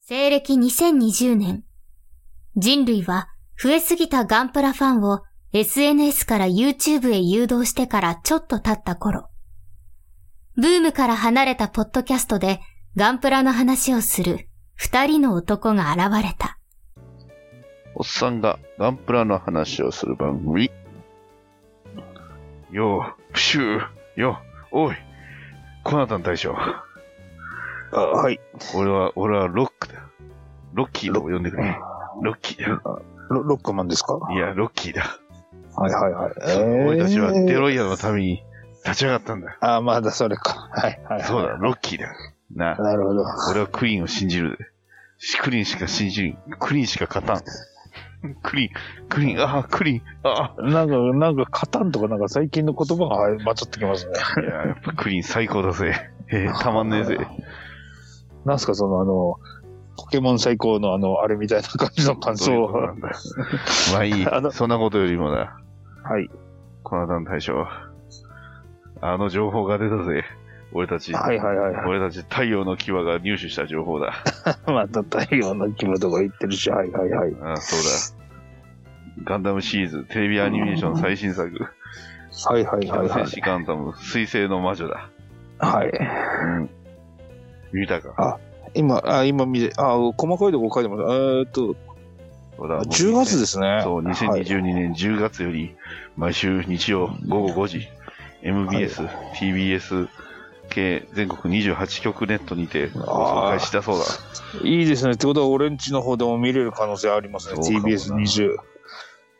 西暦2020年、人類は増えすぎたガンプラファンを SNS から YouTube へ誘導してからちょっと経った頃、ブームから離れたポッドキャストでガンプラの話をする二人の男が現れた。おっさんがガンプラの話をする番組。よう、プシュー、よう、おい、コナタン大将。あ、はい。俺は、俺はロックだ。ロッキーとも呼んでくれ。ロッキーだ。ロロックマンですかはいや、ロッキーだ。いはいはい。俺たちはデイ。ロイヤーのために立ち上がったんだ。あ、まだそれか。はいはい、はい。そうだ、ロッキーだ。なあ、なるほど。俺はクリーンを信じるで。クリーンしか信じん。クリーンしか勝たん。クリーン、クリーン、ああ、クリーン、あなんか、なんか、カタンとかなんか最近の言葉がはい混ざってきますね。あ。いや、やっぱクリーン最高だぜ。えーたまんねえぜ。なんすか、そのあの、ポケモン最高のあの、あれみたいな感じの感そうい想うことなは。 んだ。まあいあのい。そんなことよりもな、はい。コナタン大将。あの情報が出たぜ。俺たち。はいはいはいは俺たち太陽の牙が入手した情報だ。い。また太陽の規模とか言ってるし、はいはいはい。ああ、そうだ。ガンダムシリーズ、テレビアニメーション最新作。はいはいはいは戦い。士ガンダム、水星の魔女だ。はい。うん。見たか。今、あ、今見て、あ、細かいとこ書いてます。えーっと、ほらもう10月ですね。そう、2022年10月より、毎週日曜午後5時、MBS、TBS 系全国28局ネットにて放送開始だそうだ。いいですね。ってことは、俺んちの方でも見れる可能性ありますね。そうかもな TBS20。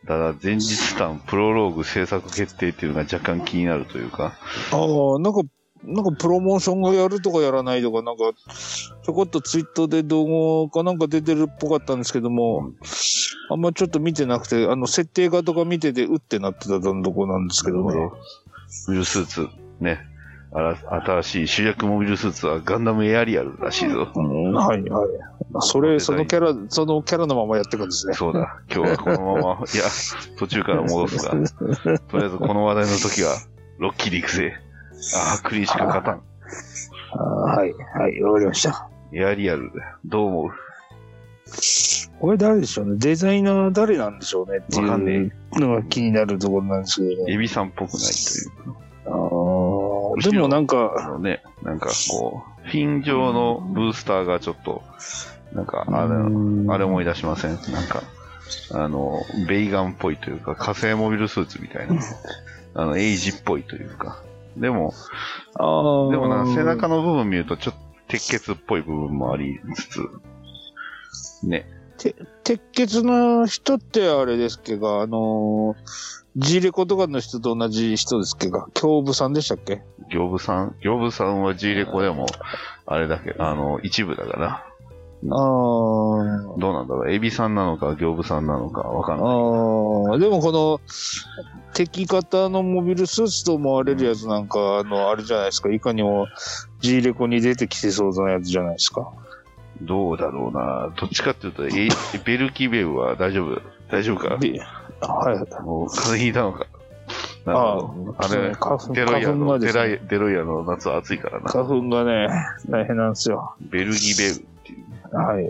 ただ、前日談プロローグ制作決定っていうのが若干気になるというか、ああ、なんか、なんかプロモーションがやるとかやらないとか、なんか、ちょこっとツイッターで動画かなんか出てるっぽかったんですけども、あんまちょっと見てなくて、あの、設定画とか見てて、うってなってたとこなんですけどね。モビルスーツ、ね、あら新しい主役モビルスーツはガンダムエアリアルらしいぞ。うんはいはい。そデザインれ、そのキャラ、そのキャラのままやっていくんですね。そうだ、今日はこのまま、いや、途中から戻すが、とりあえずこの話題の時は、ロッキーで行くぜ。ああ、クリーンしか勝たん。あーはい、はい、わかりました。エアリアル、どう思うこれ誰でしょうね。デザイナー誰なんでしょうねっていわかんねうのが気になるところなんですけどね。エビさんっぽくないというあーでもなんあか、のね、なんかこう、フィン状のブースターがちょっと、なんかあれ、あれ思い出しませんなんか、あの、ベイガンっぽいというか、火星モビルスーツみたいな、あの、エイジっぽいというか。でも、あーでもな、背中の部分見るとちょっと鉄血っぽい部分もありつつ、ね、鉄血の人ってあれですけど、あのー、ジーレコとかの人と同じ人ですけど、胸部さんでしたっけ行部さん、行部さんは G レコでも、あれだけ、あの、一部だから、あーどうなんだろう、エビさんなのか、行部さんなのか、わかあんない。ー。でもこの、敵方のモビルスーツと思われるやつなんか、あの、あれじゃないですか。いかにも G レコに出てきてそうなやつじゃないですか。どうだろうな。どっちかっていうと、エベルキベウは大丈夫大丈夫かではい。もう風邪ひいたのか。なるほど。ああれ、花粉デロイヤ花粉の、がデですラねイデロイヤの夏は暑いからな。花粉がね、大変なんですよ。ベルギベウっていう。はい。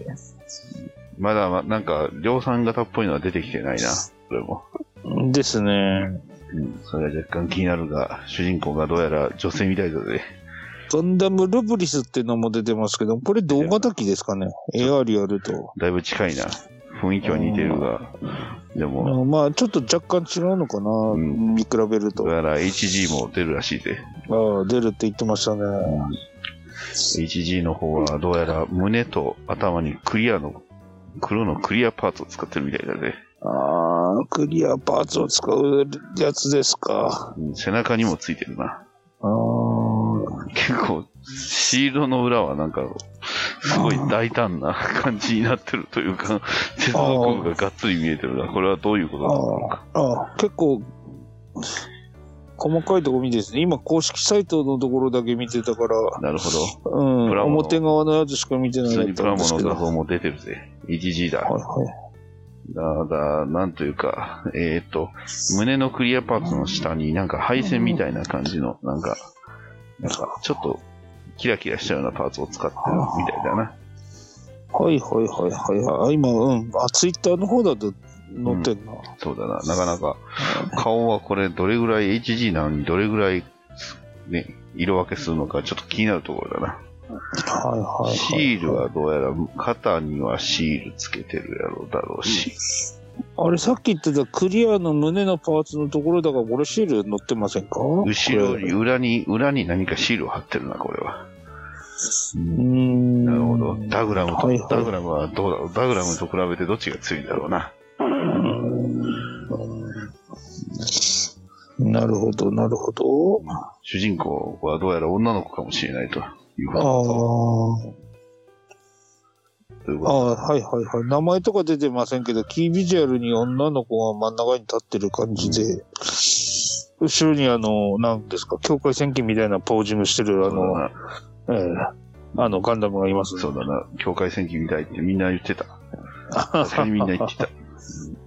まだ、まなんか、量産型っぽいのは出てきてないな。それも。ですね。うん。それは若干気になるが、主人公がどうやら女性みたいだぜ。ガンダムルブリスっていうのも出てますけど、これ動画だけですかね。エアリアルと。だいぶ近いな。雰囲気は似てるが、でも、まあ、ちょっと若干違うのかな、ん見比べるどとう。やら HG も出るらしいぜ。ああ、出るって言ってましたね。 HG の方は、どうやら胸と頭にクリアの、黒のクリアパーツを使ってるみたいだぜ。ああ、クリアパーツを使うやつですか。うん背中にもついてるな。ああ、結構、シールドの裏はなんか、すごい大胆な感じになってるというか、接続部ががっつり見えてるな。これはどういうことなのか。ああ、結構、細かいとこ見てですね。今、公式サイトのところだけ見てたから、なるほど。うん、プラモの表側のやつしか見てな普か通っにプたラんでモすのけど。画像も出てるぜ。1G だ。はいはいだ、だ、なんというか、えーっと、胸のクリアパーツの下になんか配線みたいな感じの、なんか、なんか、ちょっと、キラキラしたようなパーツを使ってるみたいだな。はいはいはいはいはい。あ今、うん。あ、ツイッターの方だと載ってんな。そうだな。なかなか、顔はこれどれぐらい HG なのにどれぐらい、ね、色分けするのかちょっと気になるところだはいはいはな。い。シールはどうやら、肩にはシールつけてるやろうだろうし。あれ、さっき言ってたクリアの胸のパーツのところだから、これシール載ってませんか後ろに、こ裏に、裏に何かシールを貼ってるな、これは。れうーん。なるほど。ダグラムと、はいはいダグラムはどうだろう。ダグラムと比べてどっちが強いんだろうな。なるほど、なるほど。主人公はどうやら女の子かもしれないというあこあ。とというあこあ、はいはいはい。名前とか出てませんけど、キービジュアルに女の子が真ん中に立ってる感じで、後ろにあの、なんですか、境界線機みたいなポージングしてる、あとそうだの、な。ええあの、ガンダムがいますね。そうだな。境界線機みたいってみんな言ってた。確かにみんな言って た。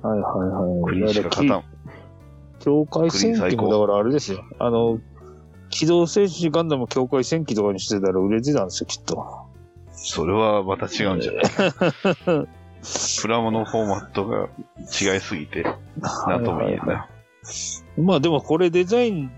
はいはいはクい。リーンしか勝たん。境界線クリーン最機も、高だからあれですよ。あの、機動戦士ガンダム境界線機とかにしてたら売れてたんですよ、きっと。それはまた違うんじゃないプラモのフォーマットが違いすぎて、なんとも言えんな。まあでもこれデザイン、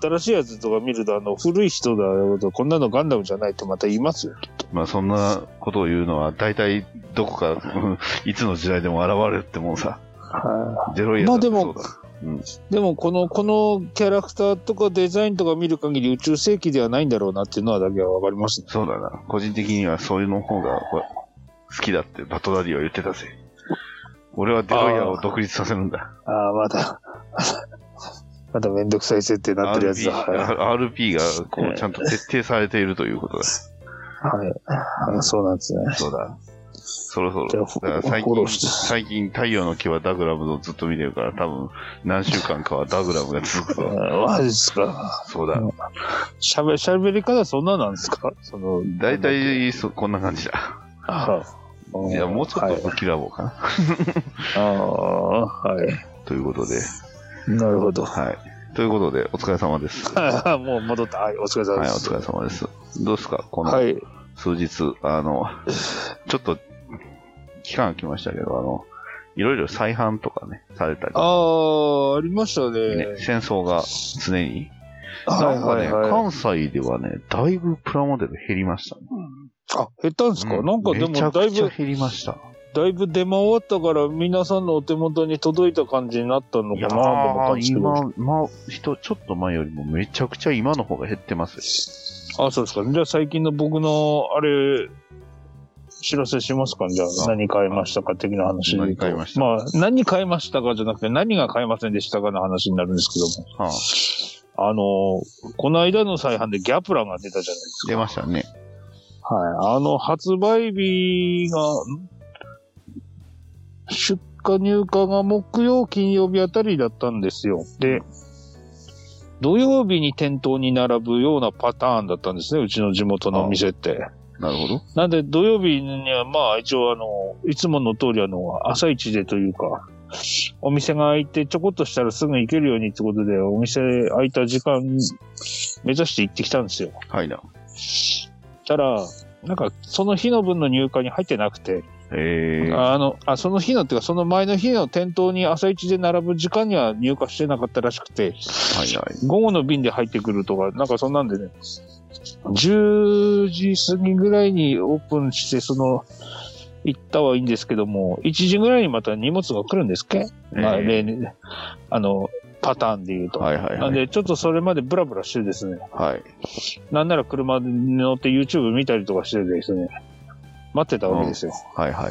新しいやつとか見ると、あの、古い人だろうと、こんなのガンダムじゃないとまた言いますよ。まあそんなことを言うのは、大体どこか、 うんいつの時代でも現れるってもんさ。はい。ゼロイヤだってまそあでうもだ。でもこの、このキャラクターとかデザインとか見る限り宇宙世紀ではないんだろうなっていうのはだけはわかりますね。そうだな。個人的にはそういうの方がほら好きだってバトダディは言ってたぜ。俺はデロイヤーを独立させるんだ。ああ、まだ、まだめんどくさい設定に なってるやつ RP, だ。はい。 RP がこうちゃんと徹底されているということだ。はいあ。そうなんですね。そうだ。そろそろ。じゃあだから最フォ近、ローして最近太陽の木はダグラムのずっと見てるから、多分何週間かはダグラムが続くぞ。あーマジですか。そうだ。しゃべ、しゃべり方そんななんですかその、大体、そ、こんな感じだ。ああいや、もうちょはっいと浮きラボかな。ああ、はい。ということで、なるほど。 はい。ということで、お疲れ様です。ははいもう戻った。はい、お疲い、れお様です。疲れ様です。どうですかこの、はい。数日、あの、 ちょっと、期間空きましたけど、あの、いろいろ再販とかね、されたり、ああ、ありましたね、ね。戦争が常に、はないんかはね、いはい。関西ではね、だいぶプラモデル減りましたね。あ、減ったんですか、うなんかでもめちゃだいくちゃぶ、減りました。だいぶ出回ったから、皆さんのお手元に届いた感じになったのいやかなと思ったー、んですけど。今、まあ、人、ちょっと前よりもめちゃくちゃ今の方が減ってますよ。あ、そうですか。じゃあ最近の僕の、あれ、知らせしますかじゃああ何買いましたか的な話で言何うと買いましたまあ、何買いましたかじゃなくて、何が買いませんでしたかの話になるんですけども。はあ、あのーこの間の再販でギャプラが出たじゃないですか。出ましたね。はい。あの、発売日が、ん出荷入荷が木曜、金曜日あたりだったんですよ。で、土曜日に店頭に並ぶようなパターンだったんですね、うちの地元のお店って。なるほど。なんで、土曜日には、まあ、一応、あの、いつもの通り、あの、朝一でというか、お店が開いて、ちょこっとしたらすぐ行けるようにってことで、お店開いた時間、目指して行ってきたんですよ。はいな。たら、なんか、その日の分の入荷に入ってなくて、えー、あの、あ、その日のっていうか、その前の日の店頭に朝一で並ぶ時間には入荷してなかったらしくて、はいはい。午後の便で入ってくるとか、なんかそんなんでね、10時過ぎぐらいにオープンして、その、行ったはいいんですけども、1時ぐらいにまた荷物が来るんですっけ、まあ、えー例に、あの、パターンで言うと。はいはいなんはい。で、ちょっとそれまでブラブラしてですね、はい。なんなら車に乗って YouTube 見たりとかしてですね、待ってたわけですよ。はいはい。まあ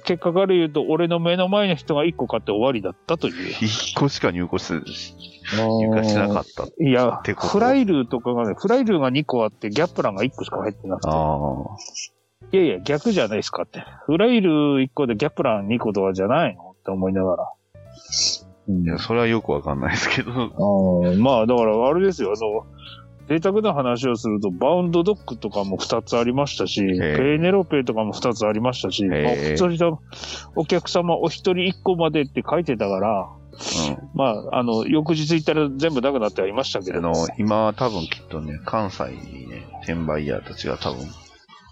結果から言うと、俺の目の前の人が1個買って終わりだったという。一個しか入庫して、入荷しなかった。いやて、ことフライルとかがね、フライルが2個あって、ギャップランが1個しか入ってなくて。あいやいや、逆じゃないですかって。フライル1個でギャップラン2個とかじゃないのって思いながら。ー。いや、それはよくわかんないですけ ど、うんまあ、だから、あれですよ、あの、贅沢な話をすると、バウンドドッグとかも2つありましたし、えペーネロペとかも2つありましたし、えまあ普通にお客様お一人1個までって書いてたから、うん。まあ、あの、翌日行ったら全部なくなってはいましたけあれどもの、今は多分きっとね、関西にね、転売ヤーたちが多分、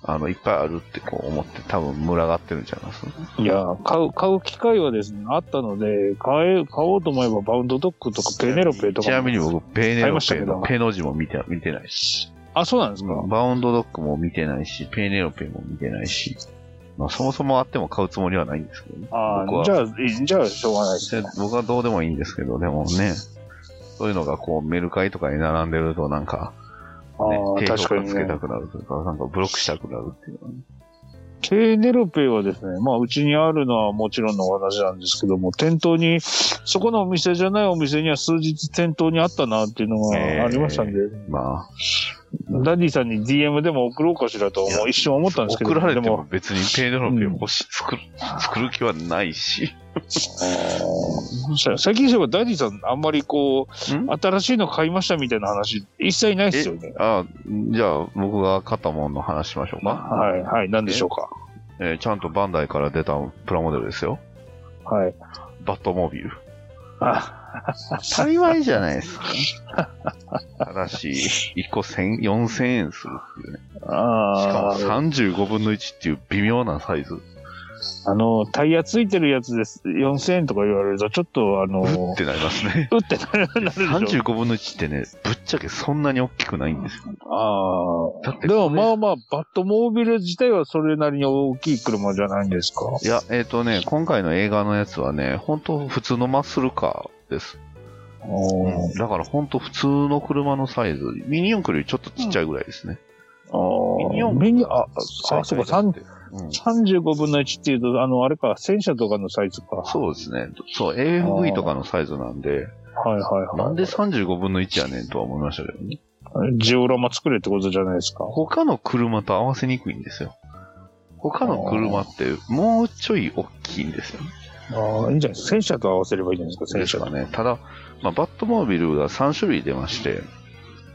あの、いっぱいあるってこう思って、多分群がってるんちゃいますいやー、買う、買う機会はですね、あったので、買え、買おうと思えばバウンドドッグとかペネロペとか。ちなみに。僕、ペーネ買いロましたペけのどペの字も見て見てないし、あ、そうなんですか。バウンドドッグも見てないし、ペーネロペも見てないし、まあ、そもそもあっても買うつもりはないんですけどね、あ僕あ、はじゃあ、いじゃあ、しょうがないですで僕はどうでもいいんですけど、でもね、そういうのがこうメルカリとかに並んでるとなんか、あね、あ、低評確か価につけたね。くなるというか、なんかブロックしたくなるっていうのはねペネロペはですね、まあ、うちにあるのはもちろんの話なんですけども、店頭に、そこのお店じゃないお店には数日店頭にあったなっていうのがえーありましたんで、まダディさんに DM でも送ろうかしらといや一瞬思ったあ、んですけど、送られてでも別にペイドロペを欲し、作る、作る気はないし。あー最近そういえばダディさんあんまりこう、ん新しいの買いましたみたいな話、一切ないですよね。 あじゃあ、僕が買ったものの話しましょうか。はい、はい、なんでしょうか。えーちゃんとバンダイから出たプラモデルですよ。はい。バットモービル。あ当たり前じゃないですか。ただし、1個1000 4000円するっていうね。しかもあー、 35分の1っていう微妙なサイズ。あの、タイヤついてるやつです。4000円とか言われると、ちょっとあの、うってなりますね。うってなるなるでしょ。 35分の1ってね、ぶっちゃけそんなに大きくないんですよ。あだってあ。でもまあまあ、バットモービル自体はそれなりに大きい車じゃないんですか。いや、えっ、とね、今回の映画のやつはね、本当普通のマッスルカーです。おーだから本当普通の車のサイズ。ミニ四駆よりちょっとちっちゃいぐらいですね。あーミニ四駆ミニあ、あ、最そうか、大だ三ってうん35分の1っていうと、あの、あれか、戦車とかのサイズか。はそうですね。そう、AFV とかのサイズなんで、いはいなはんで35分の1やねんとは思いましたけどね。い。ジオラマ作れってことじゃないですか。他の車と合わせにくいんですよ。他の車ってもうちょい大きいんですよね。ああ、いいんじゃないですか。戦車と合わせればいいじゃないですか、で戦す車かが。ね。ただ、まあ、バットモービルが3種類出まして、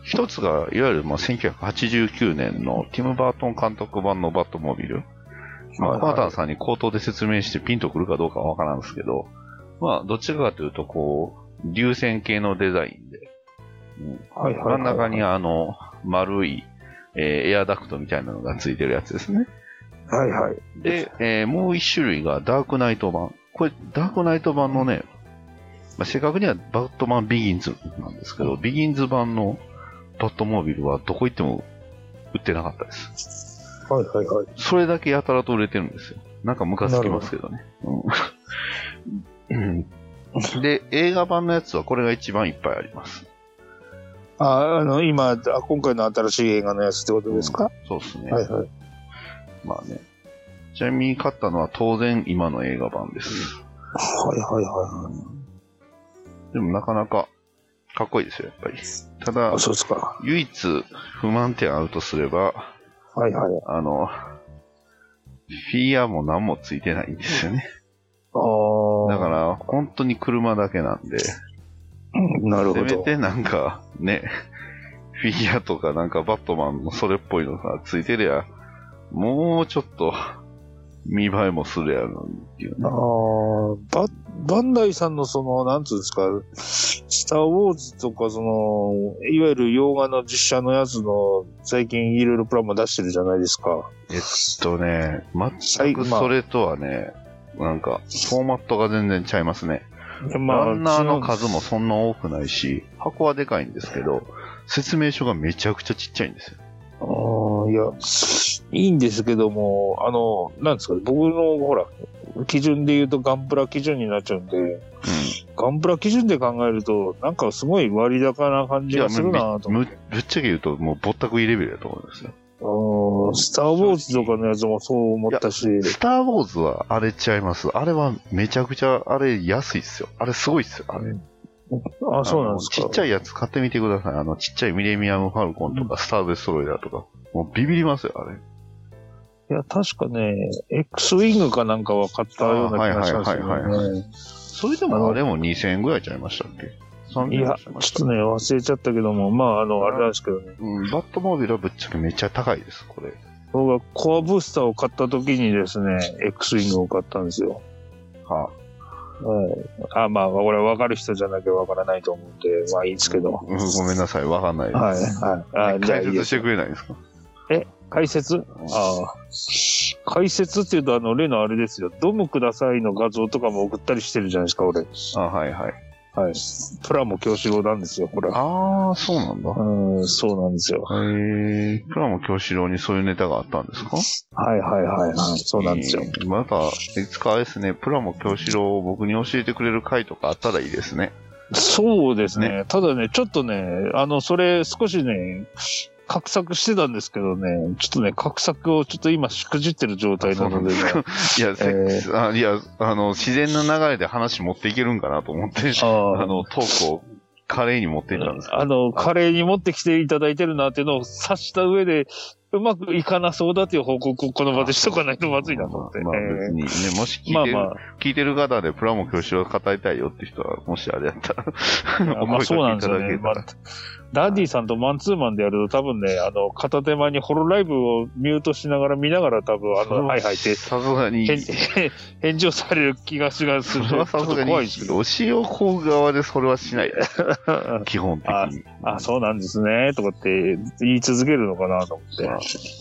一つが、いわゆるまあ1989年のティム・バートン監督版のバットモービル。まはあ、いバータンさんに口頭で説明してピンとくるかどうかはわからんですけど、まあ、どっちかというと、こう、流線系のデザインで、はいはい真はい。ん中にはあの、丸い、えーエアダクトみたいなのがついてるやつですね。いはい。で、えーもう一種類がダークナイト版。これ、ダークナイト版のね、まあ、正確にはバットマンビギンズなんですけど、ビギンズ版のバットモービルはどこ行っても売ってなかったです。はいはいはい。それだけやたらと売れてるんですよ。なんかムカつきますけどね。うんうんで、映画版のやつはこれが一番いっぱいあります。ああ、あの、今、あ今回の新しい映画のやつってことですか、そうですね。はいはい。まあね。ちなみに買ったのは当然今の映画版です。はいはいはでもなかなかかっこいいですよ、やっぱり。たい。だあ、、そうですか。唯一不満点あるとすれば、はいはい。あの、フィギュアも何もついてないんですよね。ああ。だから、本当に車だけなんで、せうんなるほめど。てなんか、ね、フィギュアとかなんかバットマンのそれっぽいのがついてりゃ、もうちょっと、見栄えもするやろうっていうあね。ーババンダイさんのその、なんつうんですか、スター・ウォーズとか、その、いわゆる洋画の実写のやつの、最近いろいろプラモ出してるじゃないですか。えっとね、全くそれとはね、なんか、フォーマットが全然ちゃいますね。でまあランナーの数もそんな多くないし、箱はでかいんですけど、説明書がめちゃくちゃちっちゃいんですよ。あーいや、いいんですけども、あの、なんですかね、僕のほら、基準で言うとガンプラ基準になっちゃうんで、ガンプラ基準で考えると、なんかすごい割高な感うん、じがするなとむむぶっちゃけ言うと、もうぼったくいレベルだと思いますよ。思って。スター・ウォーズとかのやつもそう思ったし、スター・ウォーズはあれちゃいます。あれはめちゃくちゃ、あれ安いっすよ。あれすごいっすよ、あれ。あ、そうなんですか。あのちっちゃいやつ買ってみてください。あの、ちっちゃいミレミアム・ファルコンとか、スター・デストロイダーとか。もうビビりますよ、あれ。いや、確かね、X ウィングかなんかは買ったような気がしますあはいはいはいよね。それでもあれも2000円ぐらいちゃいましたっけ ?3000 い円ぐらや、いちしょまっしたとね、忘れちゃったけども、まあ、あの、あれなんですけどね、うん、バットモービルはぶっちゃけめっちゃ高いです、これ。僕はコアブースターを買った時にですね、X ウィングを買ったんですよ。ははい。あ、まあ、これ分かる人じゃなきゃ分からないと思うんで、まあいいんですけど。うんごめんなさい、わかんないです。はい、はい。あ、じゃあ解い説いでしすて。くれないですかえ解説ああ。解説っていうと、あの、例のあれですよ。ドムくださいの画像とかも送ったりしてるじゃないですか、俺。あ、はいはい。はい。プラも教師語なんですよ、これ。ああ、そうなんだ。うん、そうなんですよ。へえ。プラモ教師郎にそういうネタがあったんですかはいはいはいはい。そうなんですよえ。ーまた、いつかあれですね、プラモ教師郎を僕に教えてくれる回とかあったらいいですね。そうですね。ただね、ちょっとね、あの、それ少しね、画策してたんですけどね、ちょっとね、画策をちょっと今しくじってる状態なのでね。いや、せえあいや、あの、自然な流れで話持っていけるんかなと思って、ああーの、トークを華麗に持っていったんです けどあの、カレーに持ってきていただいてるなっていうのを察した上で、うまくいかなそうだっていう報告をこの場でしとかないとまずいなと思って。まあまあ別にね、もしえーま聞いあてる、ま聞いてる方でプラモ教師を語りたいよって人は、もしあれやったら、あ、お まあ声そうなん掛ですけよいただけね。たまあら。、ダディさんとマンツーマンでやると多分ね、あの、片手間にホロライブをミュートしながら見ながら多分、あそれの、はいはいって、さすがに、返 返事をされる気がしがそする。れはちさょっすとがに怖いですけ、ど。教師をこう側でそれはしない。 基本的に。あ、そうなんですね、とかって言い続けるのかなと思って。ま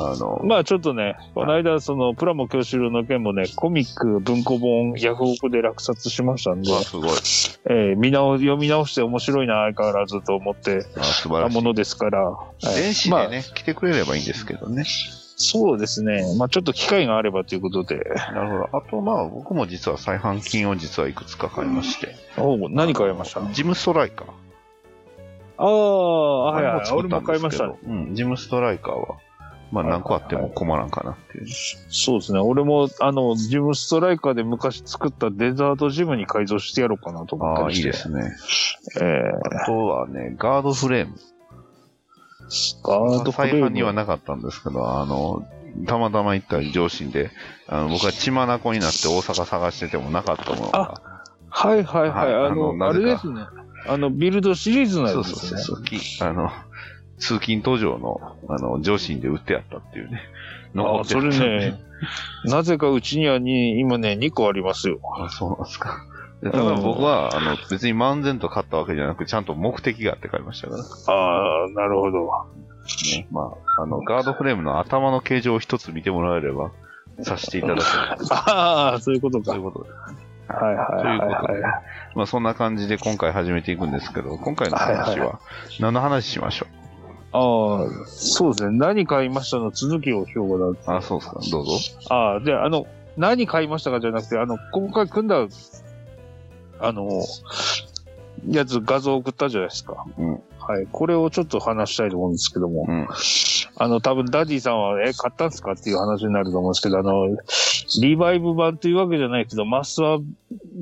あの、まあちょっとね、この間、その、プラモ教習の件もね、コミック文庫本、ヤフオクで落札しましたんで、あ、すごい。えー見直、読み直して面白いな、相変わらずと思ってあ素晴たらしもい。のですから、はい電子まであ、ね、来てくれればいいんですけどね。そうですね、まあちょっと機会があればということで、なるほど。あと、まあ、僕も実は再販金を実はいくつか買いまして。おう何買いましたあジムストライカー。あー、はいあれはい、作俺ったもんで買いすまけしどたね。うん、ジムストライカーは、まあ、何個あっても困らんかなっていう。そうですね、俺も、あの、ジムストライカーで昔作ったデザートジムに改造してやろうかなと思っあたあ、りいいして。ですね。えあとはね、ガードフレーム。ー、ガードフ再レー販ムにはなかったんですけど、あの、たまたま行った上司で、あの僕は血眼になって大阪探しててもなかったものが、はいはいはい。はいあの、あのあれなぜかですね。あの、ビルドシリーズのやつそうですそね。うそう、きあの、通勤途上の、あの、上司で売ってあったっていうね。残あ、ってそあったれんでね。、なぜかうちにはに今ね、2個ありますよ。あ、そうなんですか。だから僕は、あの、別に漫然と買ったわけじゃなく、ちゃんと目的があって買いましたから。ああ、なるほど。ね、まあ、あの、ガードフレームの頭の形状を一つ見てもらえれば、させていただく。ああ、そういうことか。そうはいいうことで。はいはいはい。まあ、そんな感じで今回始めていくんですけど、今回のはい話はいは、何の話しましょああ、そうですね。何買いましたの続きをしようかう。あ、そうですか。どうぞ。な。ああ、じゃあ、あの、何買いましたかじゃなくて、あの、今回組んだ、あの、やつ画像送ったじゃないですか。うんはい。これをちょっと話したいと思うんですけども。うん。あの、多分ダディさんは、え、買ったんすかっていう話になると思うんですけど、あの、リバイブ版というわけじゃないけど、マスター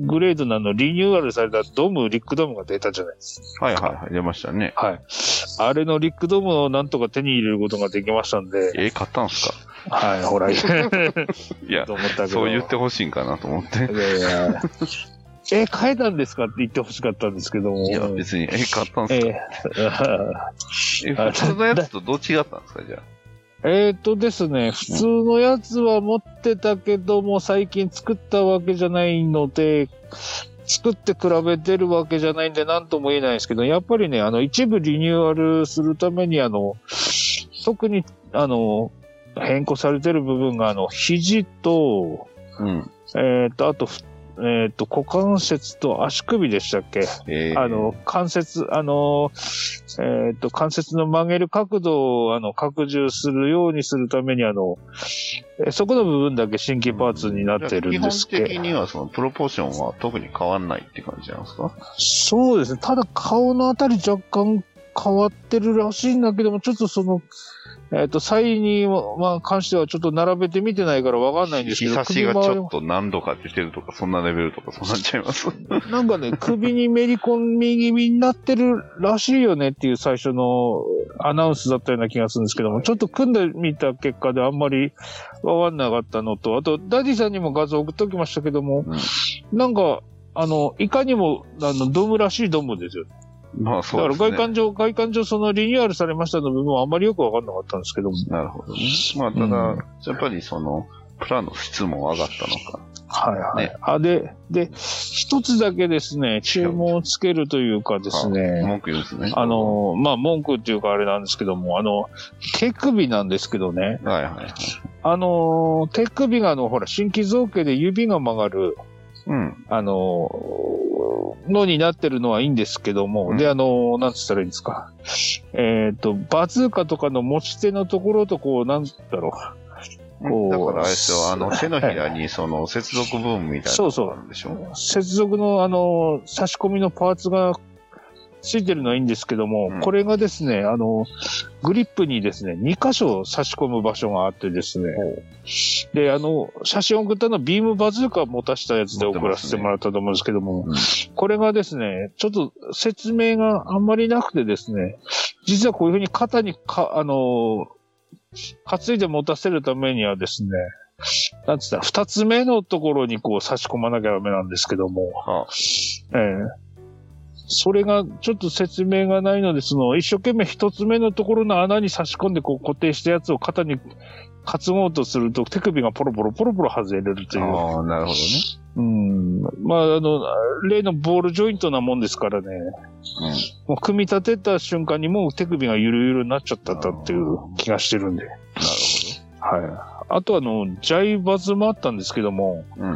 グレードなのリニューアルされたドム、リックドムが出たじゃないですはいはいはい。出ましたね。か。はい。あれのリックドムをなんとか手に入れることができましたんで、え、買ったんすかはい、ほら、いや、と思ったけ ど。そう言ってほしいんかなと思って。いやいや。え、変えたんですかって言ってほしかったんですけども。いや、別に、え、買ったんえ すかーえ、普通のやつとどう違ったんですかじゃえーとですね、普通のやつは持ってたけども、最近作ったわけじゃないので、作って比べてるわけじゃないんで、なんとも言えないですけど、やっぱりね、あの、一部リニューアルするために、あの、特に、あの、変更されてる部分が、あの、肘と、あ。うん。えーと、あと、ふえーと、股関節と足首でしたっけえーあの、関節、あの、えーっと、関節の曲げる角度を、あの、拡充するようにするために、あの、えそこの部分だけ新規パーツになってるんですけ基ど本、的にはそのプロポーションは特に変わんないって感じなんですかそうですね。ただ、顔のあたり若干変わってるらしいんだけども、ちょっとその、えーっと、左右に、まあ、関してはちょっと並べてみてないからわかんないんですけ日ど、差しがち首周りょもっと何度か出てるとか、そんなレベルとか、そうなっちゃいます。なんか ね、首にめり込み気味になってるらしいよねっていう最初のアナウンスだったような気がするんですけども、ちょっと組んでみた結果であんまりわかんなかったのと、あと、ダディさんにも画像送っておきましたけども、なんか、あの、いかにも、あの、ドムらしいドムですよ。まあだそかうらです外ね。観上、外観上そのリニューアルされましたの部分はあんまりよくわかんなかったんですけども。なるほどね。まあただ、やっぱりその、プランの質も上がったのか。はいはい。ねあ、で、で、一つだけですね、注文をつけるというかですあね、文句言うんですね。あ、の、まあ、文句っていうかあれなんですけども、あの、手首なんですけどね、はいはいはい。あの、手首があの、ほら、新規造形で指が曲がる、うん。あの、のになってるのはいいんですけども、うんで、あの、なんつったらいいんですか。えっ、と、バズーカとかの持ち手のところと、こう、なんだろこうだからあれですよ、あの、手のひらにその接続部分みたいなそうそうのがあるんでしょう、接続の、あの、差し込みのパーツがついてるのはいいんですけども、うんこれがですね、あの、グリップにですね、2箇所差し込む場所があってですね、で、あの、写真を送ったのはビームバズーカを持たしたやつで送らせてもらったと思うんですけども、うんこれがですね、ちょっと説明があんまりなくてですね、実はこういうふうに肩にか、あのー、担いで持たせるためにはですね、なんつったら、二つ目のところにこう差し込まなきゃダメなんですけども、はええそれがちょっと説明がないので、その一生懸命一つ目のところの穴に差し込んでこう固定したやつを肩に担ごうとすると手首がポロポロポロポロ外れるという。ああ、なるほどね。うん。まあ、あの、例のボールジョイントなもんですからね、もう組み立てた瞬間にもう手首がゆるゆるになっちゃったっていう気がしてるんで。はい。あとあの、ジャイバズもあったんですけども、うん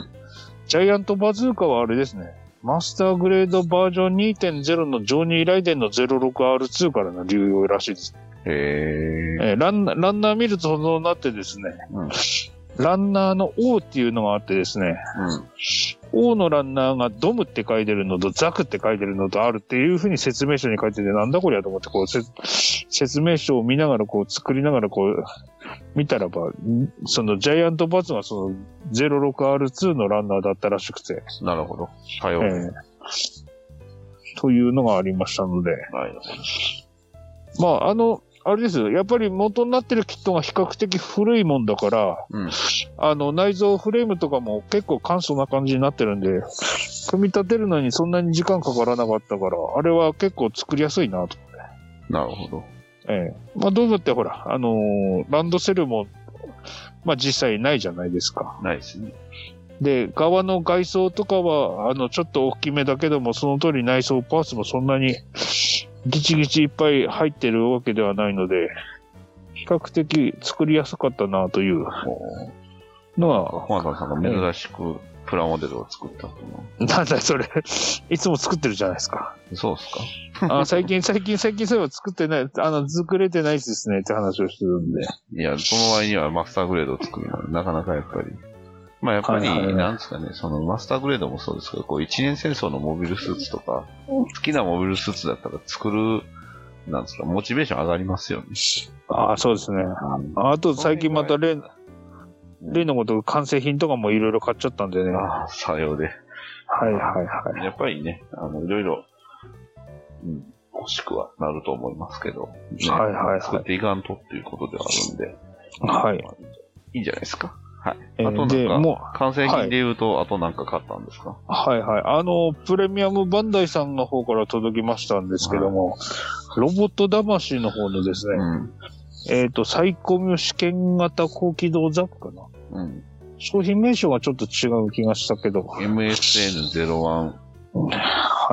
ジャイアントバズーカはあれですね、マスターグレードバージョン2.0のジョニー・ライデンの 06R2 からの流用らしいです。うん。へえ。えーランナーランナー見るとそのなってですね、うんランナーの O っていうのがあってですね、うん。王のランナーがドムって書いてるのとザクって書いてるのとあるっていうふうに説明書に書いててなんだこりゃと思ってこうせ説明書を見ながらこう作りながらこう見たらばんそのジャイアントバズがその 06R2 のランナーだったらしくて、なるほど。多様えですね。えというのがありましたのではい。まああのあれですよやっぱり元になってるキットが比較的古いもんだから、うん。あの、内蔵フレームとかも結構簡素な感じになってるんで、 組み立てるのにそんなに時間かからなかったから、あれは結構作りやすいなと。なるほど。ええ。まあ、ドームってほら、あのーランドセルも、まあ、実際ないじゃないですか。ないですね。で、側の外装とかは、あの、ちょっと大きめだけども、その通り内装パーツもそんなに、ギチギチいっぱい入ってるわけではないので、比較的作りやすかったなというものう、は ホワさんが珍しくプラモデルを作ったと思なんだよそれ。いつも作ってるじゃないですか。う。そうっすか あ最近、最近、最近そういえば作ってない、あの、作れてないですねって話をしてるんで。いや、その前にはマスターグレードを作るのは、なかなかやっぱり。まあやっぱりはいはいは、いなんですかね、そのマスターグレードもそうですけど、こう一年戦争のモビルスーツとか、好きなモビルスーツだったら作る、なんですか、モチベーション上がりますよね。ああ、そうですね。あと最近また例、例のこと、完成品とかもいろいろ買っちゃったんでね。はいああ、さようで。はいはい。やっぱりね、あの、いろいろ、うん、欲しくはなると思いますけど、ねはいはいはい作っていかんとっていうことではあるんで、はい。いいんじゃないですか。はい。えーあとなんで、かも完成品で言うと、あとなんか買ったんですかう、はいはい。あの、プレミアムバンダイさんの方から届きましたんですけども、ロボット魂の方のですうね、ん。えっ、と、サイコミュ試験型高機動ザックかな。うん。商品名称はちょっと違う気がしたけど。 MSN01 は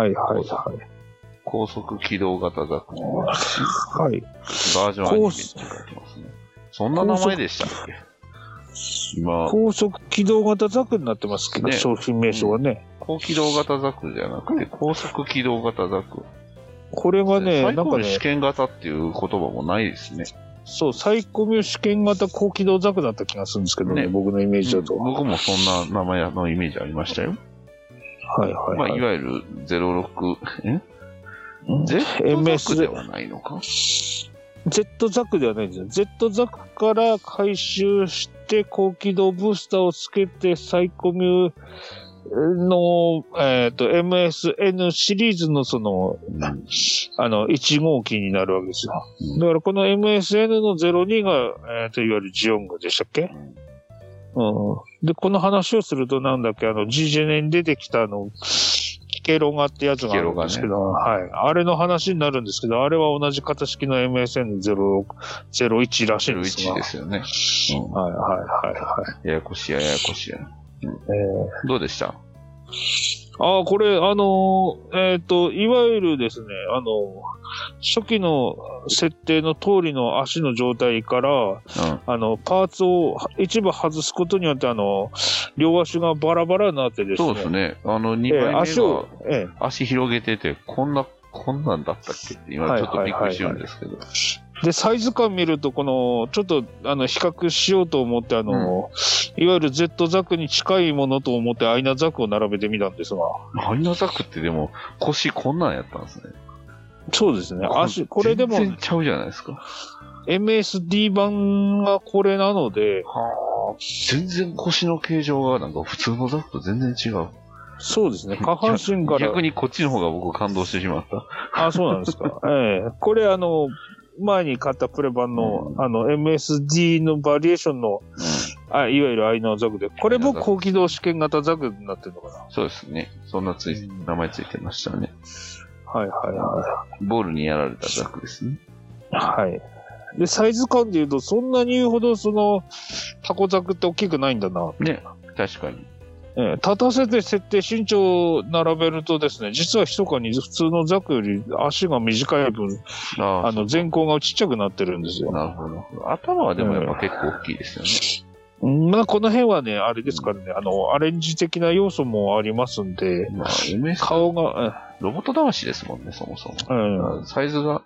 いはいは高速起動型ザクい。はい。バージョンアニメって書いてますね。そんな名前でしたっけ今、高速起動型ザクになってますけど、ね商品名称はね。高機動型ザクじゃなくて、高速起動型ザク。これがね、最なんか後に試ね、験型っていう言葉もないですね。そう、サイコミュ試験型高機動ザクだった気がするんですけどね、ね僕のイメージだと。は僕もそんな名前のイメージありましたよ。いはいまあ、はいい。わゆる06、えうん ?Z ザクではないのか Z ザクではないんですよ。Z ザクから回収して、高機動ブースターをつけて、サイコミュの、えっ、と、MSN シリーズのその、うんあの、1号機になるわけですよ。だからこの MSN の02が、えっ、と、いわゆるジオングでしたっけうん。で、この話をするとなんだっけ、あの、G ジェネに出てきたあの、ケロガってやつがあるんですけケど、はい。あれの話になるんですけど、あれは同じ型式の MSN01 らしいんですが。 01ですよね。はいはいはいはい。ややこしいややこしいや。えどうでしたああ、これ、あのーえっ、と、いわゆるですね、あの初期の設定の通りの足の状態から、うん。あの、パーツを一部外すことによって、あの、両足がバラバラになってですね。そうですね。あの、え2ー枚目足がを、え足広げてて、こんな、こんなんだったっけって今ちょっとびっくりしてるんですけど。えで、サイズ感見ると、この、ちょっと、あの、比較しようと思って、あの、いわゆる Z ザクに近いものと思って、アイナザクを並べてみたんですが、ハイナザックってでも腰こんなんやったんですね。そうですね。足、これでも全然ちゃうじゃないですか。 MSD 版がこれなので、全然腰の形状がなんか普通のザックと全然違う。そう ですね。下半身から。逆にこっちの方が僕感動してしまった。あ、そうなんです か。ええこれ、あの、前に買ったプレ版の、あの、MSD のバリエーションの、あいわゆるアイナーザクで、これも高機動試験型ザクになってるのかな。そうですね。そんなつい、名前ついてましたね。はいはいはボールにやられたザックですね。い。はい。で、サイズ感で言うと、そんなに言うほど、その、タコザクって大きくないんだな。ね、確かに。ええ立たせて設定身長を並べるとですね、実は密かに普通のザクより足が短い分、ああの、前後がちっちゃくなってるんですよ。なるほど。頭はでもやっぱ結構大きいですよね。まあ、この辺はね、あれですからね、あの、アレンジ的な要素もありますんで、まあ、MS 顔が、ロボット魂ですもんね、そもそも。うん。うんサイズが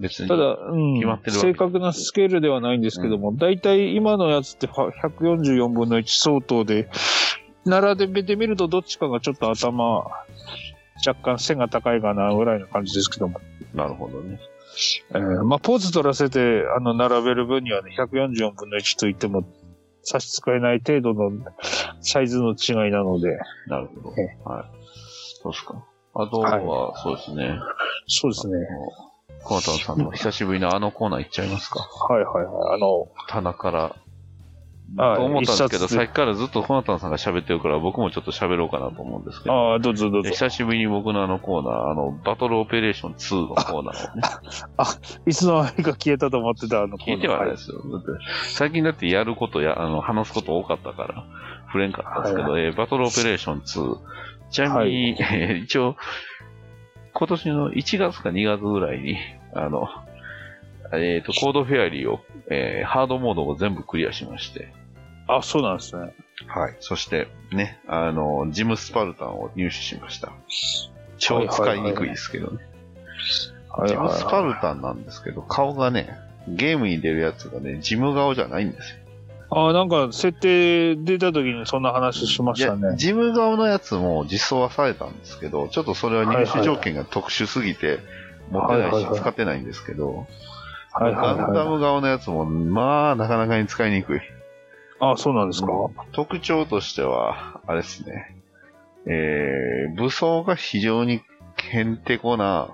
別に。ただ、うん決まってるわけ正確なスケールではないんですけども、大体今のやつっては144分の1相当で、並べてみるとどっちかがちょっと頭、若干背が高いかなぐらいの感じですけども、なるほどね。えーまあ、ポーズ取らせて、あの、並べる分にはね、144分の1といっても差し支えない程度のサイズの違いなので、なるほどえ。はい。そうですか。あとは、そうですね。そうですね。コナタンさ んの久しぶりのあのコーナー行っちゃいますか。はいはいはい。あの、棚から。はいと思ったんですけど、一冊さっきからずっとコナタンさんが喋ってるから、僕もちょっと喋ろうかなと思うんですけど。ああ、どうぞどうぞ。久しぶりに僕のあのコーナー、あの、バトルオペレーション2のコーナーをね、いつの間にか消えたと思ってたあのコーナー聞いてはないですよ。だって最近だってやることや、あの、話すこと多かったから、触れんかったんですけど、えーバトルオペレーション2。ちなみに、えー一応、今年の1月か2月ぐらいに、あの、えっ、と、コードフェアリーを、えーハードモードを全部クリアしまして、あ、そうなんですね。はい。そして、ね、あの、ジムスパルタンを入手しました。超使いにくいですけどね。はいジはいムはいスパルタンなんですけど、顔がね、ゲームに出るやつがね、ジム顔じゃないんですよ。ああ、なんか設定出た時にそんな話しまいしたやね。ジム顔のやつも実装はされたんですけど、ちょっとそれは入手条件が特殊すぎて、持ってないはいはいはし、い使ってないんですけど、はいはガいンダはい。ム顔のやつも、まあ、なかなかに使いにくい。ああ、そうなんですか。特徴としては、あれですね、えー、武装が非常にへんてこな、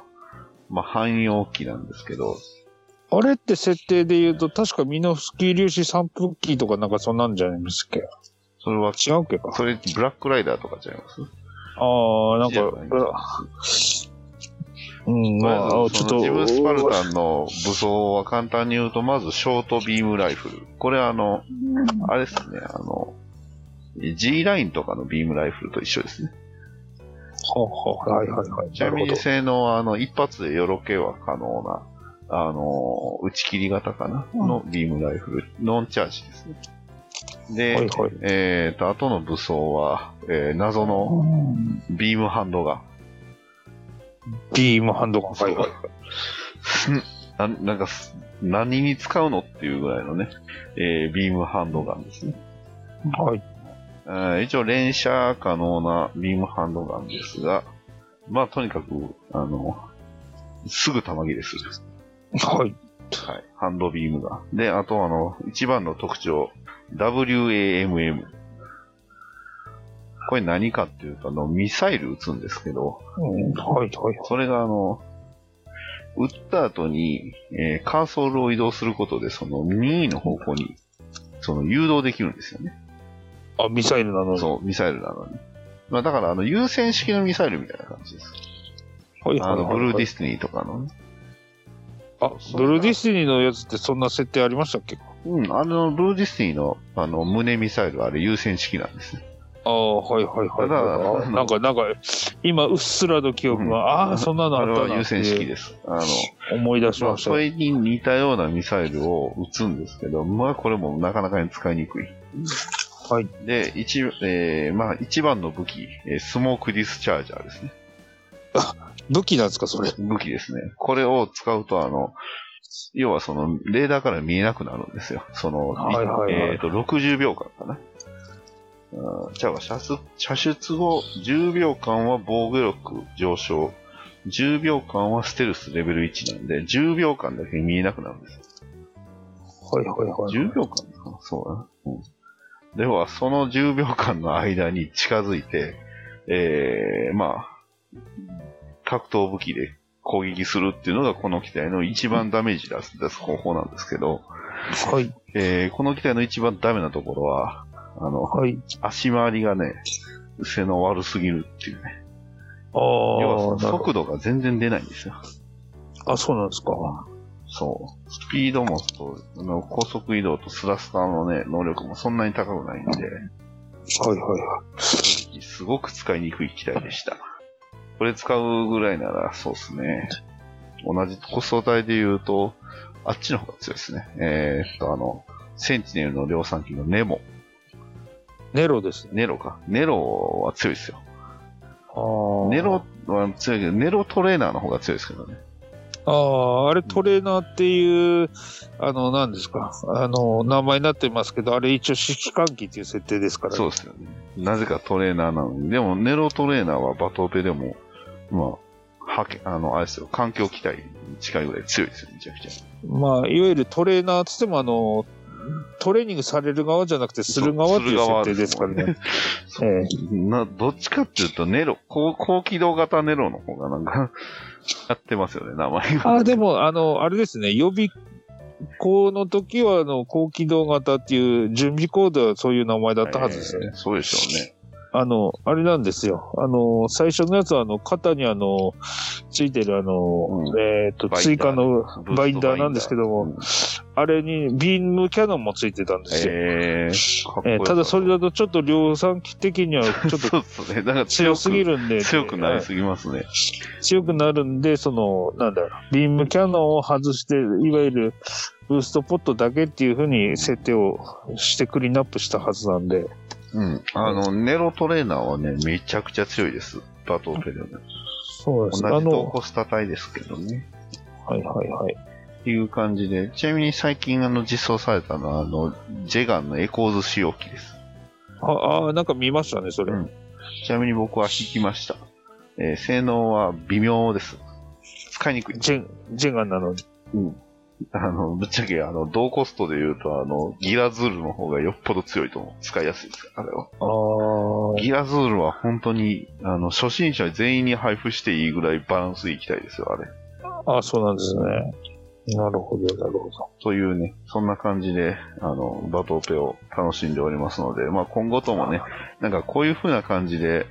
まあ、汎用機なんですけど、あれって設定で言うと、確かミノフスキー粒子散布キーとかなんかそんなんじゃないんですっけそれは、違うっけか。それ、ブラックライダーとかちゃいますああ、なんか、違ううん、まあ、あまのず、ちそょっのジム・スパルと、タンの武装は簡単に言うと、まずショートビームライフル。これあの、あれですね、あの、G ラインとかのビームライフルと一緒ですね。ほうほうはいはいはい。ちなみなるに性能は、あの、一発でよろけは可能な、あの、打ち切り型かなのビームライフル、ノンチャージですね。で、ほどはいはい。えーと、あとの武装は、えー謎のビームハンドガン。ビームハンドガン。はいはい。 ななんかす、何に使うのっていうぐらいのね、えービームハンドガンですね。はい。えー一応連射可能なビームハンドガンですが、まあとにかく、あの、すぐ弾切れする。はい。はい。ハンドビームガン。で、あとあの、一番の特徴、WAMM。これ何かっていうと、あの、ミサイル撃つんですけど、うんはいはい。それがあの、撃った後に、えーカーソルを移動することで、その任意の方向に、その誘導できるんですよね。あ、ミサイルなのに。そう、ミサイルなのに。まあだから、あの、優先式のミサイルみたいな感じです。はいはあいはいの、はいブルーディスティニーとかのね。あ、ブルーディスティニーのやつってそんな設定ありましたっけうん、あの、ブルーディスティニーの、あの、胸ミサイルはあれ優先式なんですね。ああ、はいはいはいはいはい。ただなんか、なんか、今、うっすらと記憶が、うんああ、そんなのああっれたなっはて優先式です。あの、思い出しまあ、ました。それに似たようなミサイルを撃つんですけど、まあ、これもなかなかに使いにくい。はい。で、一、えー、まあ、一番の武器、えースモークディスチャージャーですね。武器なんですか、それ。武器ですね。これを使うと、あの、要はその、レーダーから見えなくなるんですよ。その、はいはいはいえっ、と、60秒間かな。うんじゃあ、射出射出後、10秒間は防御力上昇、10秒間はステルスレベル1なんで、10秒間だけ見えなくなるんです。はいはいはい。 10秒間かなそうだな。うん。では、その10秒間の間に近づいて、えー、まあ、格闘武器で攻撃するっていうのがこの機体の一番ダメージ出す出す方法なんですけど、はいえー、この機体の一番ダメなところは、あの、はい。足回りがね、背の悪すぎるっていうね。あ要はあその、なるほ速度が全然出ないんですよ。どあ、そうなんですか。そう。スピードもそう、あの高速移動とスラスターのね、能力もそんなに高くないんで、はいはいは正直すごく使いにくい機体でした。これ使うぐらいなら、そうですね。同じコスト帯で言うと、あっちの方が強いですね。えー、っと、あの、センチネルの量産機のネモ、い。ネロですね。ネロか。ネロは強いですよ。あーネロは強いけど、ネロトレーナーの方が強いですけどね。ああ、あれトレーナーっていう、あの、何ですか。あの、名前になってますけど、あれ一応指揮官機っていう設定ですから、そうですよね。なぜかトレーナーなのに。でも、ネロトレーナーはバトオペでも、まあ、はけ、あの、あれですよ、環境機体に近いぐらい強いですよ、めちゃくちゃ。まあ、いわゆるトレーナーっつっても、あの、トレーニングされる側じゃなくて、する側っていう設定ですからね。ええな、どっちかっていうと、ネロ、高高機動型ネロの方がなんか、 やってますよね、名前が。あ、でも、あの、あれですね、予備校の時は、あの、高機動型っていう、準備コードはそういう名前だったはずですね。えーそうでしょうね。あの、あれなんですよ。あの、最初のやつは、あの、肩にあの、ついてるあの、うんえっと、バインダー追加のブーストバインダーなんですけども、うんあれにビームキャノンもついてたんですよ。えー、かっこえよーかっただそれだとちょっと量産機的にはちょっとそうっすね。なんか強すぎる。るんで、強くなりすぎますね。強くなるんで、その、なんだろう、ビームキャノンを外して、いわゆるブーストポットだけっていう風に設定をしてクリーンアップしたはずなんで、うん。あの、ネロトレーナーはね、めちゃくちゃ強いです。バトルペでも。そうで同すじね。あとの、コスタ隊ですけどね。はいはいはい。っていう感じで。ちなみに最近あの実装されたのは、あの、ジェガンのエコーズ使用機です。ああ、なんか見ましたね、それ。うんちなみに僕は引きました。えー性能は微妙です。使いにくい。ジェン、ジェンガンなのに。あの、ぶっちゃけ、あの、同コストで言うと、あの、ギラズールの方がよっぽど強いと思う。使いやすいです。あれは。ああ、ギラズールは本当に、あの、初心者全員に配布していいぐらいバランスいい機体ですよ、あれ。ああ、そうなんですね。なるほど、なるほど。というね、そんな感じで、あの、バトオペを楽しんでおりますので、まあ今後ともね、なんかこういう風な感じで、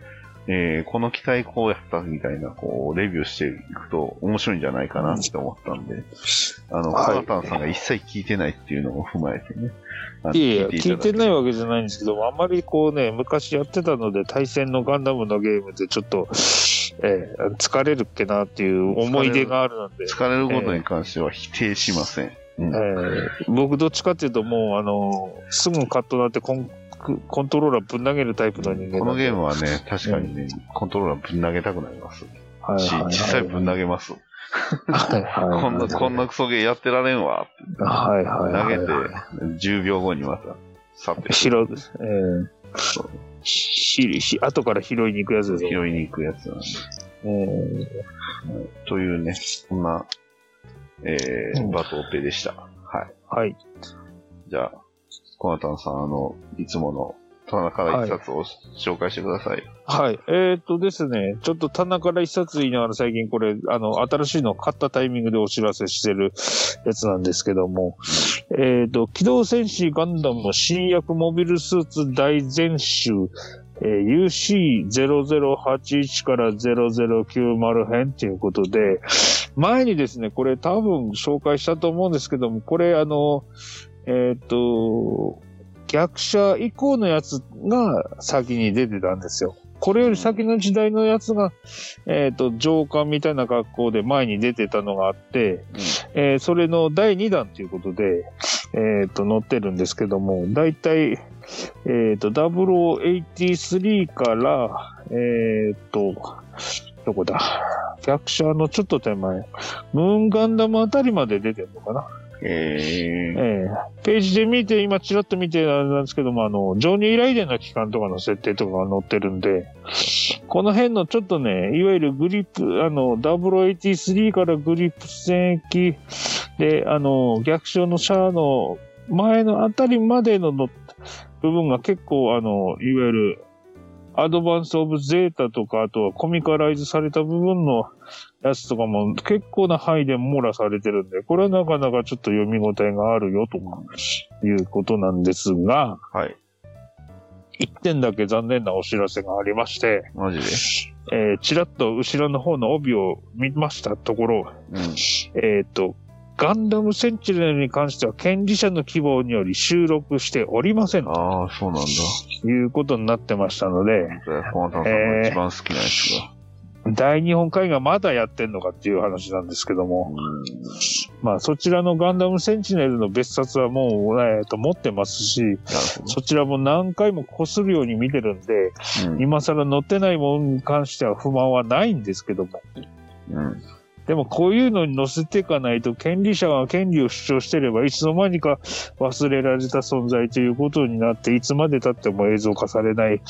えー、この機体こうやったみたいな、こう、レビューしていくと面白いんじゃないかなって思ったんで、あの、はコいナタンさんが一切聞いてないっていうのを踏まえてね。あのいやいや、聞いてないわ。わけじゃないんですけど、あんまりこうね、昔やってたので、対戦のガンダムのゲームでちょっと、ええ疲れるっけなっていう思い出があるので、疲れることに関しては否定しません。うんええ僕どっちかっていうともう、あの、すぐカットなってコンコントローラーぶん投げるタイプの人間このゲームはは、ね、確かにね、コントローラーぶん投げたくなります。はいしはいはい、実際ぶん投げます。はいはいはいこんな、こんなクソゲーやってられんわ。はいはい投はいげて、10秒後にまた、さ て、拾う、ええそうひひ後から拾いに行くやつですよ。拾いに行くやつなんで。ええというね、そんな、えうー、んバトオペでした。はい。はい。じゃあ、コナタンさん、あの、いつもの棚から一冊を紹介してください。はい。えー、っとですね、ちょっと棚から一冊言いながら最近これ、あの、新しいのを買ったタイミングでお知らせしてるやつなんですけども、えー、っと、機動戦士ガンダム新薬モビルスーツ大全集、えー UC0081 から0090編っていうことで、前にですね、これ多分紹介したと思うんですけども、これあの、えー、っと、逆車以降のやつが先に出てたんですよ。これより先の時代のやつが、えっ、と、上官みたいな格好で前に出てたのがあって、えーそれの第2弾ということで、えっ、と、載ってるんですけども、だいたい、えっ、と、0083から、えっ、と、どこだ逆車のちょっと手前、ムーンガンダムあたりまで出てるのかなえー、ええページで見て、今ちらっと見てあれなんですけども、あの、ジョニー・ライデンの期間とかの設定とかが載ってるんで、この辺のちょっとね、いわゆるグリップ、あの、W83 からグリップ戦役で、あの、逆襲のシャアの前のあたりまでのの部分が結構、あの、いわゆる、アドバンス・オブ・ゼータとか、あとはコミカライズされた部分のやつとかも結構な範囲で網羅されてるんで、これはなかなかちょっと読み応えがあるよということなんですが、はい。 1点だけ残念なお知らせがありまして、マジで。えー、ちらっと後ろの方の帯を見ましたところ、うん。えっ、と、ガンダムセンチネルに関しては権利者の希望により収録しておりませんとああ、そうなんだ。いうことになってましたので、じゃあ、コマタンさんが一番好きなやつが。大日本海がまだやってんのかっていう話なんですけども、まあそちらのガンダムセンチネルの別冊はもう、えー、と持ってますし、なそちらも何回もこするように見てるんで、るほど。今更載ってないものに関しては不満はないんですけども、うん。うん。でもこういうのに載せていかないと権利者が権利を主張してればいつの間にか忘れられた存在ということになっていつまで経っても映像化されない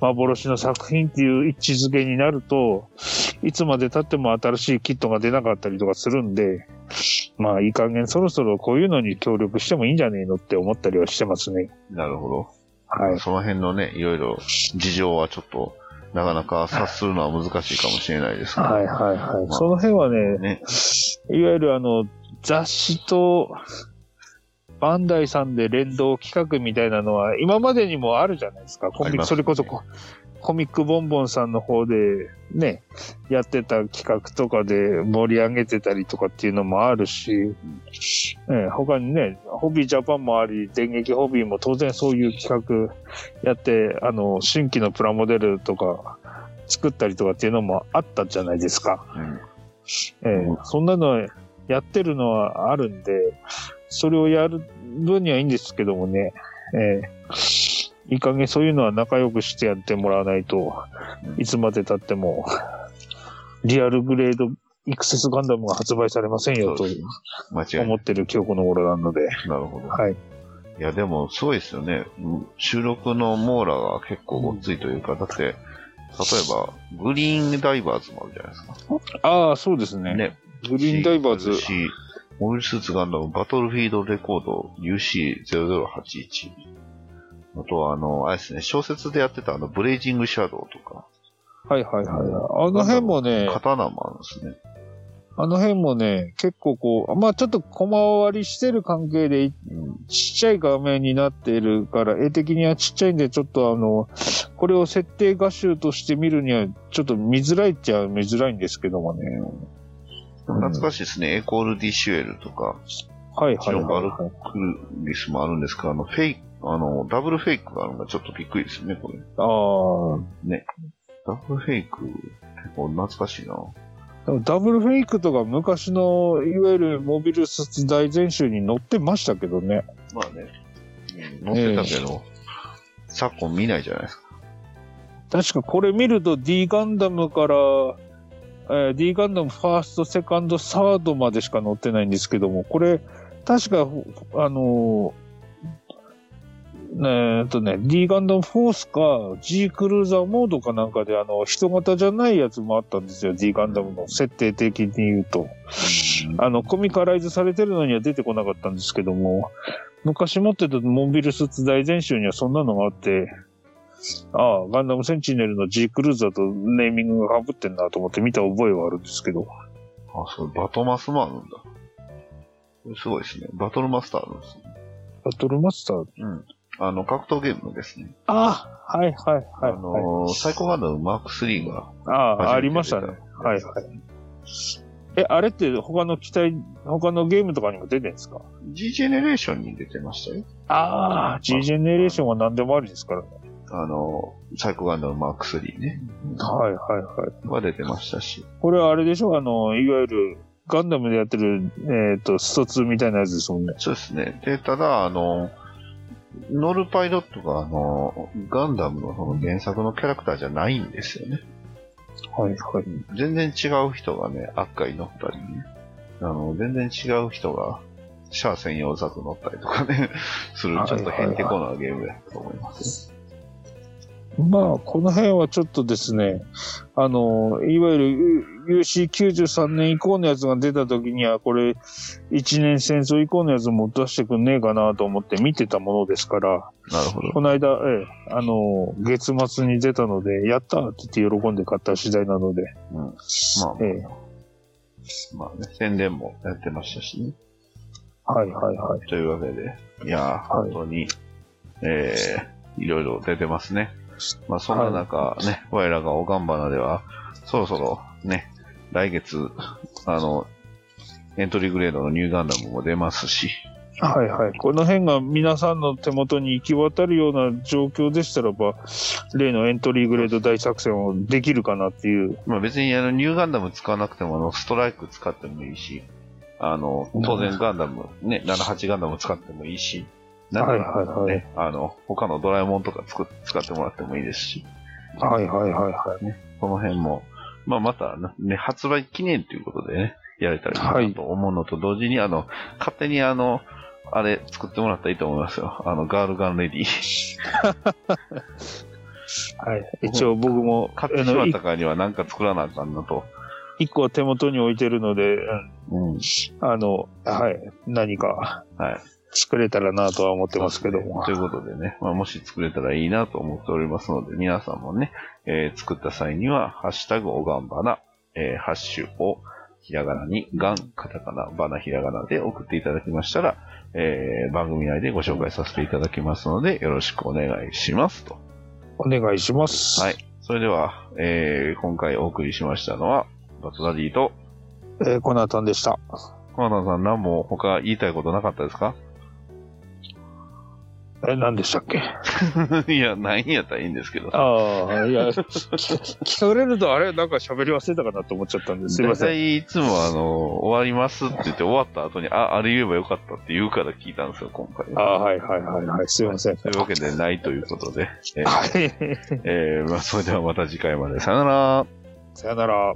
幻の作品っていう位置づけになるといつまで経っても新しいキットが出なかったりとかするんでまあいい加減そろそろこういうのに協力してもいいんじゃねえのって思ったりはしてますね。なるほど。はい。その辺のね、いろいろ事情はちょっと、なかなか察するのは難しいかもしれないですけどはいはいはい。まあその辺はね、ね。いわゆるあの、雑誌と、バンダイさんで連動企画みたいなのは、今までにもあるじゃないですか。コミありック、ますそねれこそココミックボンボンさんの方でね、やってた企画とかで盛り上げてたりとかっていうのもあるし、ええ他にね、ホビージャパンもあり、電撃ホビーも当然そういう企画やって、あの、新規のプラモデルとか作ったりとかっていうのもあったじゃないですか。うんええうそんなのやってるのはあるんで、それをやる分にはいいんですけどもね、ええいい加減そういうのは仲良くしてやってもらわないとうん、いつまで経っても、リアルグレードイクセスガンダムが発売されませんよそとうです間違いな思い。ってる今日この頃なので、なるほど。はい。いや、でも、すごいですよね。うん収録の網羅が結構ごっついというか、だって、例えば、グリーンダイバーズもあるじゃないですか。ああ、そうですね。ね。グリーンダイバーズ。 C モビルスーツガンダム、バトルフィールドレコード、UC0081。あとは、あの、あれですね、小説でやってた、あの、ブレイジングシャドウとか、はいはいはい。あの辺もね、刀もあるんですね。あの辺もね、結構こう、まあちょっと小回りしてる関係でうん。ちっちゃい画面になっているから、絵的にはちっちゃいんで、ちょっとあの、これを設定画集として見るには、ちょっと見づらいっちゃ見づらいんですけどもね。うん懐かしいですね、エコール・ディ・シュエルとか、はいはい白はバい、ルクリスもあるんですけど、あの、フェイク、あの、ダブルフェイクがあるのがちょっとびっくりですね、これ。あダブルフェイク、結構懐かしいな。あ。でもダブルフェイクとか昔の、いわゆるモビルスーツ大全集に載ってましたけどね。まあね、うん載ってたけど、昨今見ないじゃないですか。確かこれ見ると D ガンダムから、えー D ガンダムファースト、セカンド、サードまでしか載ってないんですけども、これ、確か、あのーねええっとね、D ガンダムフォースか G クルーザーモードかなんかで、あの、人型じゃないやつもあったんですよ、D ガンダムの設定的に言うと。あの、コミカライズされてるのには出てこなかったんですけども、昔持ってたモビルスーツ大全集にはそんなのがあって、ああ、ガンダムセンチネルの G クルーザーとネーミングが被ってんなと思って見た覚えはあるんですけど。あ、そう、バトマスもあるんだ。これすごいですね。バトルマスターあるんですね。バトルマスターうん。あの、格闘ゲームですね。ああはいはいはい、はい。あのー、サイコガンダムマーク3がああ、初めあて出りましたね。はいはい。え、あれって他の機体、他のゲームとかにも出てるんですか G ジェネレーションに出てましたよ。ああ、G ジェネレーションは何でもありですからね。あの、サイコガンダムマーク3ね。はいはいはい。は出てましたし。これはあれでしょあの、いわゆる、ガンダムでやってる、えっ、と、スト2みたいなやつですもんね。そうですね。で、ただ、あの、ノルパイロットが、あの、ガンダムのその原作のキャラクターじゃないんですよね。はいはい。全然違う人がね、アッカイ乗ったりね。あの、全然違う人が、シャア専用ザク乗ったりとかね、 する、ちょっとへんてこなゲームだと思いますよ。まあ、この辺はちょっとですね、あの、いわゆる UC93 年以降のやつが出た時には、これ、1年戦争以降のやつも出してくんねえかなと思って見てたものですから、なるほど。この間、ええ、あの、月末に出たので、やったーって言って喜んで買った次第なので、うん。まあ、えまあね、宣伝もやってましたしね。え、はいはいはい。というわけで、いやー、はい本当に、えー、いろいろ出てますね。まあ、そんな中、ね、我らがおがんばなでは、そろそろ、ね、来月、あの、エントリーグレードのニューガンダムも出ますし、はいはい。この辺が皆さんの手元に行き渡るような状況でしたらば、例のエントリーグレード大作戦をできるかなっていう。まあ別にあの、ニューガンダム使わなくても、あの、ストライク使ってもいいし、あの、当然ガンダム、ね、78ガンダム使ってもいいし、なんならはいはいはいね、あの、他のドラえもんとかつく使ってもらってもいいですし、はいはいはいはい。この辺も、まあ、またなね、発売記念ということでね、やれたらはいいいなと思うのと同時に、あの、勝手にあの、あれ作ってもらったらいいと思いますよ。あの、ガールガンレディ。はい。一応僕も、あ買ってしまの、っいたからには何か作らなあかんなと。一個は手元に置いてるので、うんうん。はい。あの、はい。何か作れたらなとは思ってますけども。ということでね、まあ、もし作れたらいいなと思っておりますので、皆さんもね、えー作った際には、ハッシュタグおがんばな、えーハッシュをひらがなに、がん、カタカナ、ばなひらがなで送っていただきましたら、えー番組内でご紹介させていただきますので、よろしくお願いしますと。お願いします。はい。それでは、えー今回お送りしましたのは、バトダディと、えー、コナタンでした。コナタさん何も他言いたいことなかったですか え、何でしたっけいや、ないんやったらいいんですけど。ああ、いや、聞 聞かれると、あれ、なんか喋り忘れたかなと思っちゃったんです。すいません。大体いつもあの、終わりますって言って終わった後に、あ、あれ言えばよかったって言うから聞いたんですよ、今回。ああ、はいはいはいはい。すいません。というわけでないということで、えーはい。えーまあ、それではまた次回まで。さよなら。さよなら。